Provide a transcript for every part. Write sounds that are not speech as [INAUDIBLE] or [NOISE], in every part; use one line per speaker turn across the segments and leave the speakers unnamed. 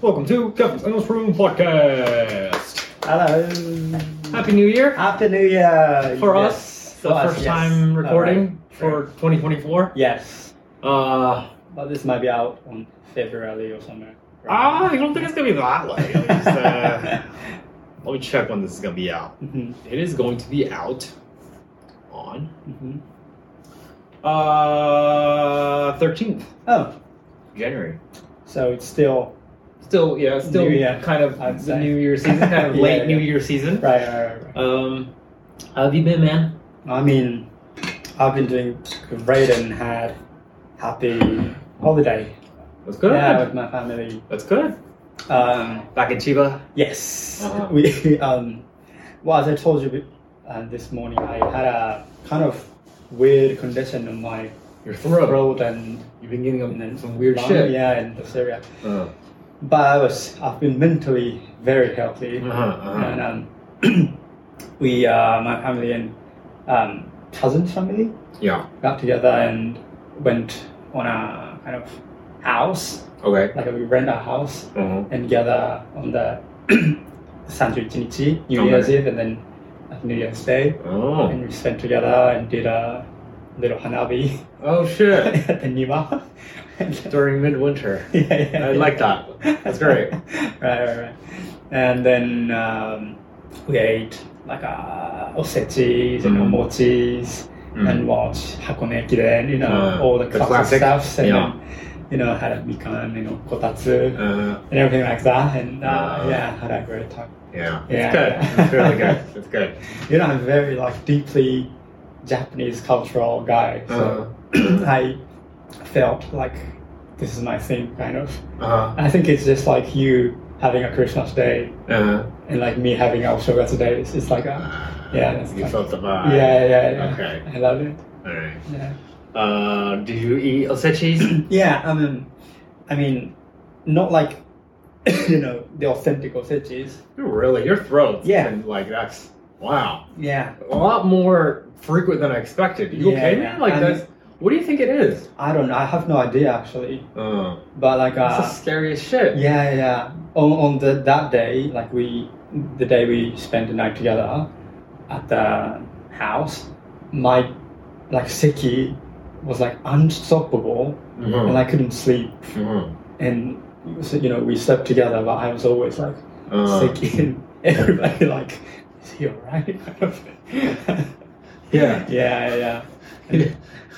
Welcome to Kevin's Endless Room Podcast.
Hello.
Happy New Year
Happy New Year.
for
Yes.
us. The
For us,
first
yes.
time
All
recording
right.
for 2024.
Yes.
Uh,
But this might be out on February or somewhere.
I Ah, don't think it's gonna be that
[LAUGHS]
late. At least, uh, let me check when this is gonna be out.
hmm
It is going to be out on
hmm
uh 13th
Oh,
January.
so it's still
Still, yeah, still
New Year,
kind of
I'd
the
say.
New Year season, kind of
[LAUGHS] Yeah,
late
yeah.
New Year season.
right. right, right, right.
Um, how have you been, man?
I mean, I've been doing great and had happy holiday.
That's good.
Yeah, with my family.
That's good.
Um,
Back in Chiba.
Yes,
Uh-huh.
[LAUGHS] we. Um, well, as I told you uh, this morning, I had a kind of weird condition in my
Your throat.
throat and,
You've been getting
and then
some weird
lung,
shit.
Yeah, and this area.
Uh,
But I was, I've been mentally very healthy,
uh-huh, uh-huh.
and um, [CLEARS THROAT] we, uh, my family and um, cousin family,
Yeah.
got together and went on a kind of house,
Okay.
like we rent a house
Uh-huh.
and gather on the [CLEARS THROAT] Sanju Jinichi, New
Okay.
Year's Eve, and then at New Year's Day.
Oh.
And we spent together and did a little hanabi [LAUGHS]
Oh shit.
at the Nima. [LAUGHS] yeah,
During midwinter.
yeah,
I
[LAUGHS] yeah.
like that. That's great.
[LAUGHS] right, right, right. And then um, we ate like uh, osetis and
Mm.
mochis
Mm.
and watched Hakone Ekiden, you know,
Uh,
all the
the
classic,
classic.
stuffs. And
Yeah.
then, you know, had a mikan, you know, kotatsu
Uh,
and everything like that. And uh,
Uh,
yeah, had a great time.
yeah. It's
Yeah.
good. It's really good. [LAUGHS] It's good.
You know, I'm very like deeply Japanese cultural guy, so
Uh-huh.
[CLEARS THROAT] I felt like this is my thing, kind of.
Uh, uh,
I think it's just like you having a Christmas day
uh,
and like me having a Oshogatsu day. It's, it's like a Yeah, that's
Uh-huh. Uh, You
fine.
felt the vibe.
yeah, yeah, yeah.
Okay.
I love it.
All right.
Yeah.
Uh, did you eat
[CLEARS THROAT]
osechis?
Yeah, I mean, I mean, not like [COUGHS] you know the authentic Osetis.
You're really your throat.
Yeah.
And like that's wow.
Yeah.
a lot more frequent than I expected. You
Yeah,
okay, man?
yeah. Um,
Like
I'm-
that's what do you think it is?
I don't. know. I have no idea actually,
Uh,
but like uh,
that's the scariest shit.
Yeah, yeah. On, on the that day, like we, the day we spent the night together at the house, my like sickie was like unstoppable,
Mhm,
and I couldn't sleep.
mhm.
And so, you know, we slept together, but I was always like
Uh,
sicky, and [LAUGHS] everybody like, is he [LAUGHS] alright?
yeah. [LAUGHS]
yeah, yeah.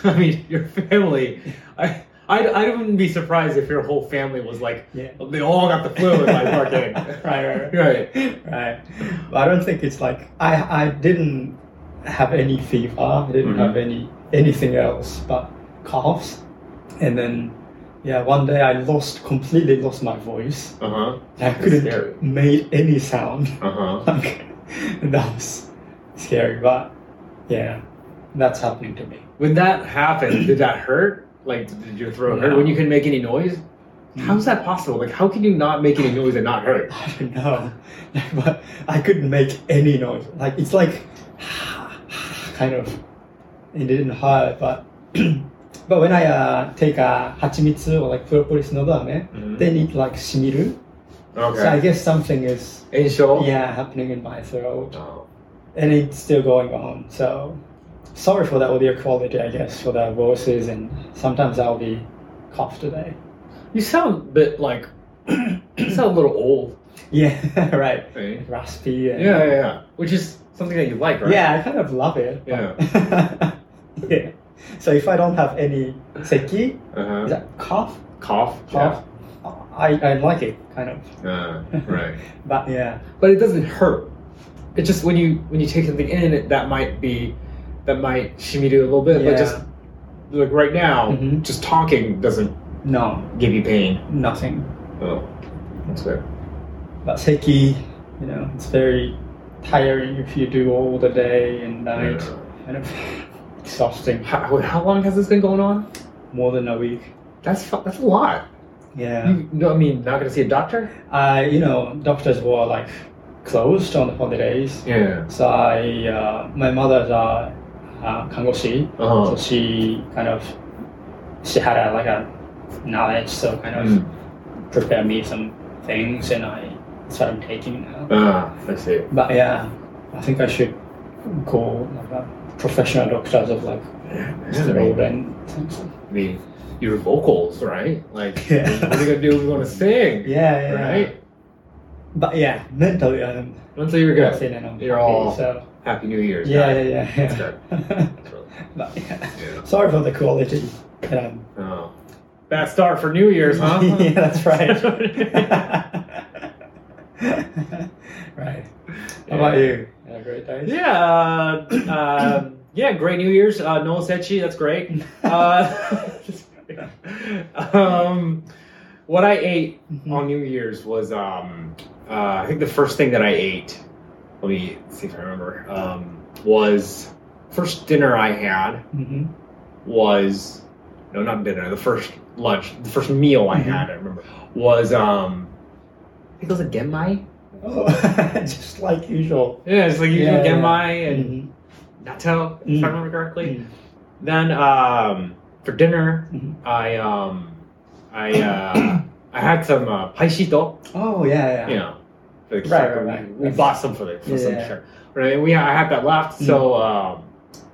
I mean, your family. I. I, I wouldn't be surprised if your whole family was like,
Yeah.
they all got the flu and like fucking.
[LAUGHS]
[LAUGHS]
right, right, right.
Right.
[LAUGHS] Right. But I don't think it's like I I didn't have any fever. I didn't
Mhm.
have any anything else but coughs. And then yeah, one day I lost completely lost my voice.
Uh huh.
I
That's
couldn't
scary.
make any sound. [LAUGHS]
Uh huh.
Like that was scary, but yeah, that's happening to me.
When that happened, did that hurt? Like, did your throat hurt
No.
when you couldn't make any noise? How is that possible? Like, how can you not make any noise and not hurt?
I [LAUGHS] don't know. but I couldn't make any noise. Like it's like [SIGHS] kind of it didn't hurt, but [CLEARS THROAT] but when I uh, take a hachimitsu or like propolis no dame,
Mhm.
then it like shimiru. So I
Okay.
guess something is
And so.
yeah happening in my throat,
Oh.
and it's still going on. So sorry for the audio quality, I guess, for the voices, and sometimes I'll be cough today. [LAUGHS]
You sound a bit like [CLEARS THROAT] you sound a little old.
Yeah, [LAUGHS] right.
Right?
Raspy.
Yeah,
And,
yeah, yeah. Which is something that you like, right?
Yeah, I kind of love it.
Yeah.
[LAUGHS] yeah. So if I don't have any seki,
Uh-huh.
is that cough?
Cough.
Cough? I, I like it, kind of.
Yeah. Uh, right.
[LAUGHS] But yeah.
[LAUGHS] but it doesn't hurt. It's just when you when you take something in, it, that might be that might shimiru a little bit.
yeah.
But just like right now,
Mhm.
just talking doesn't
No,
give you pain.
nothing.
Oh, that's fair.
But seki, you know, it's very tiring if you do all the day and night. Kind of [LAUGHS] exhausting.
How, wait, how long has this been going on?
More than a week.
That's fu- that's a lot.
Yeah.
You, no, I mean, not gonna see a doctor.
I, you know, doctors were like closed on the holidays.
Yeah.
So I, uh, my mother's a uh, kangoshi.
Oh.
So she kind of
Mm.
Mm. she had a, like a knowledge, so kind of prepared me some things and I started taking it.
Ah, I see.
But yeah, I think I should go like a professional doctors of like
Yeah, man.
steroid and things.
I mean, your vocals, right? Like,
[LAUGHS] Yeah.
what are you gonna do? if You want to sing,
Yeah, yeah.
right?
But yeah, mentally um, I'm
Once you're good.
and I'm
You're
happy,
all-
so
Happy New Year's.
yeah,
guys.
yeah, yeah.
That's
yeah.
good. That's really-
[LAUGHS] but yeah.
yeah.
Sorry for the quality. Um,
Oh. Bad start for New Year's,
[LAUGHS]
huh?
yeah, that's
[LAUGHS] right.
[LAUGHS] right. How about you? Had a great day.
Yeah, uh, um, yeah, great New Year's. Uh, Noel Sechi, that's great.
[LAUGHS]
Uh, [LAUGHS] um, what I ate
Mm-hmm.
on New Year's was, um, uh, I think the first thing that I ate, let me see if I remember, um, was first dinner I had
hmm
was, no, not dinner, the first lunch, the first meal I
Mhm.
had, I remember, was, um, I think it was a genmai.
Oh, [LAUGHS] just like usual. Mm-hmm.
Yeah, it's like you
Yeah,
do
yeah.
genmai and natto, if I
Mm.
remember correctly.
Mhm.
Then um, for dinner,
Mhm.
I um, I uh, I had some uh, paisito,
Oh yeah,
you
yeah.
know, for the
Right,
shark.
right,
We-
right.
We, bought some for the for some
Yeah. Mm-hmm.
shark. Right, and we I had that left, so um,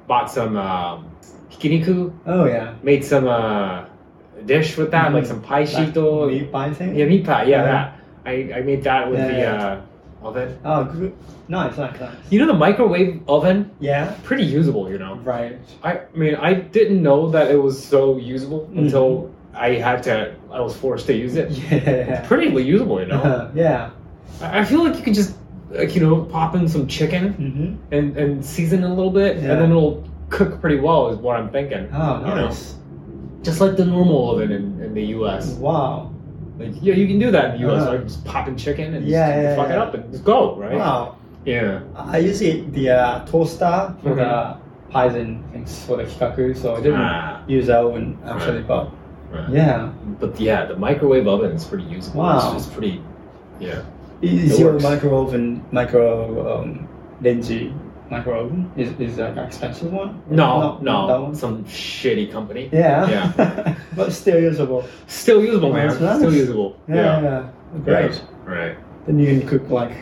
bought some um, hikiniku,
Oh yeah.
made some uh, dish with that,
Mm.
like some paisito,
meat pie thing.
yeah, meat pie, yeah,
Yeah.
that. I, I made that with
Yeah,
the
yeah.
Uh, oven.
Oh, good. Nice, nice, nice.
You know the microwave oven,
Yeah.
pretty usable, you know.
Right.
I mean, I didn't know that it was so usable until I had to. I was forced to use it.
[LAUGHS] Yeah.
Pretty usable, you [LAUGHS] know.
[LAUGHS] yeah.
I I feel like you can just, like you know, pop in some chicken
Mm-hmm.
and and season it a little bit,
Yeah.
and then it'll cook pretty well. Is what I'm thinking.
Oh,
You know.
nice.
Just like the normal oven in, in the U.S.
Wow.
Like yeah, you can do that in the U.S.
Uh-huh.
Like just pop in chicken and
Yeah,
just
yeah,
fuck it
yeah.
up and just go right.
Wow.
Yeah.
I use it the uh, toaster for
Mhm.
the pies and things for the kikaku, so I didn't
Ah,
use that one actually, but
right.
yeah.
But yeah, the microwave oven is pretty usable.
Wow.
It's, it's pretty. Yeah.
Is
It
your
works.
micro oven micro um, Denji micro oven is is that an expensive one?
No,
Not-
no,
not that one.
some shitty company.
Yeah.
Yeah.
[LAUGHS] but still usable.
Still usable, man.
That's nice.
Still usable.
Yeah. yeah. Great.
Right.
Then you can cook like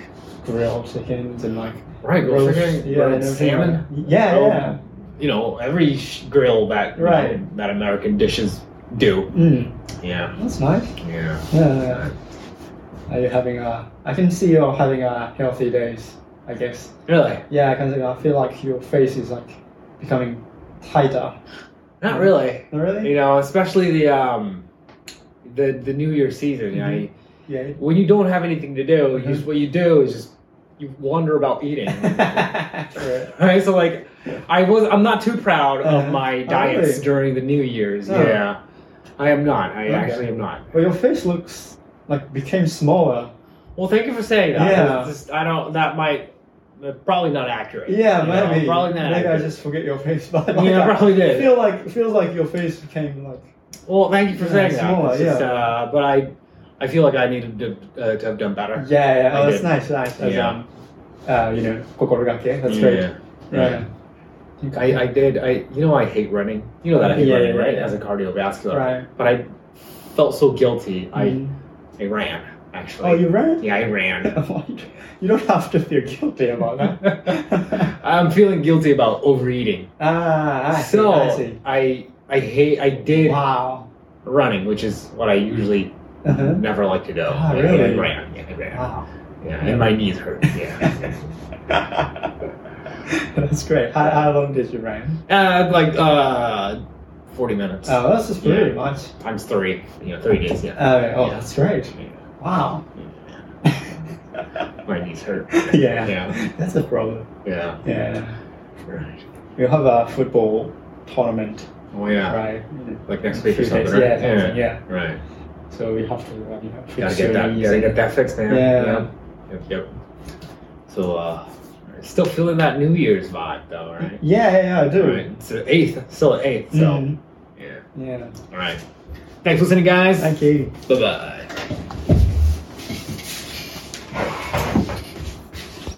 grilled chickens and like
Right. Go
roast,
figure.
yeah,
right,
and everything
salmon.
like that. yeah,
Oh.
yeah.
You know, every sh- grill that you
Right.
know, that American dishes do.
Mm,
Yeah.
that's nice.
Yeah.
Yeah, yeah. Are you having a? I can see you're having a healthy days. I guess.
Really?
Yeah, I can. see- I feel like your face is like becoming tighter.
Not really.
Not really?
You know, especially the um, the the New Year season. Yeah. you-
Yeah.
When you don't have anything to do, you
Mhm.
just, what you do is just you wonder about eating.
[LAUGHS] True.
Right, so like, I was I'm not too proud of
Uh-huh.
my
Oh,
diets
really?
during the New Year's.
Oh.
Yeah, I am not. I
Okay.
actually am not.
Well, your face looks like became smaller.
Well, thank you for saying that.
Yeah.
It's just- I don't. That might that's probably not accurate.
Yeah,
You know,
maybe.
Probably not.
maybe I
accurate.
just forget your face, but like,
[LAUGHS]
[LAUGHS]
yeah,
I
probably did.
feel like feels like your face became like
well, thank you for
Yeah,
saying
it's
that.
smaller,
It's just, uh, but I, I feel like I needed to, uh, to have done better.
yeah, yeah.
I
Oh, that's
did.
nice, nice. That's,
Yeah.
um, uh, you know, kokorogake. That's great.
Yeah. I, I did. I you know I hate running. You know that I hate
Yeah,
running,
yeah,
right?
yeah.
As a cardiovascular.
right.
But I felt so guilty.
Mhm.
I I ran actually.
oh, you ran?
Yeah, I ran.
[LAUGHS] you don't have to feel guilty about [LAUGHS] that.
I'm feeling guilty about overeating.
ah, I see.
so
I see.
I I hate I did
Wow.
running, which is what I usually
Uh-huh.
never like to do.
Ah,
I-
really? Ah.
I ran. Yeah, I ran.
Wow.
yeah, and my knees hurt. Yeah.
[LAUGHS] that's great. How, how long did you run?
uh, like uh, forty minutes
Oh, that's just pretty
Yeah.
much.
times three. You know, three days. Yeah.
Uh, oh,
Yeah.
that's great. Wow. [LAUGHS]
My knees hurt.
yeah.
Yeah.
That's a problem.
Yeah.
Yeah.
Right.
You have a football tournament,
Oh yeah.
right?
Like next week or
Few
something.
days,
Right?
Yeah, something,
yeah.
yeah.
Right.
So we have to, uh, you know, fix
Gotta get that.
your
Gotta get
knees.
that fixed, man.
Yeah.
Yep. Yep. So, uh, still feeling that New Year's vibe, though, right?
Yeah, yeah, yeah, I do.
Right. It's the eighth. Still the eighth. So.
Mhm.
Yeah.
Yeah.
All right. Thanks for listening, guys.
Thank you.
Bye bye.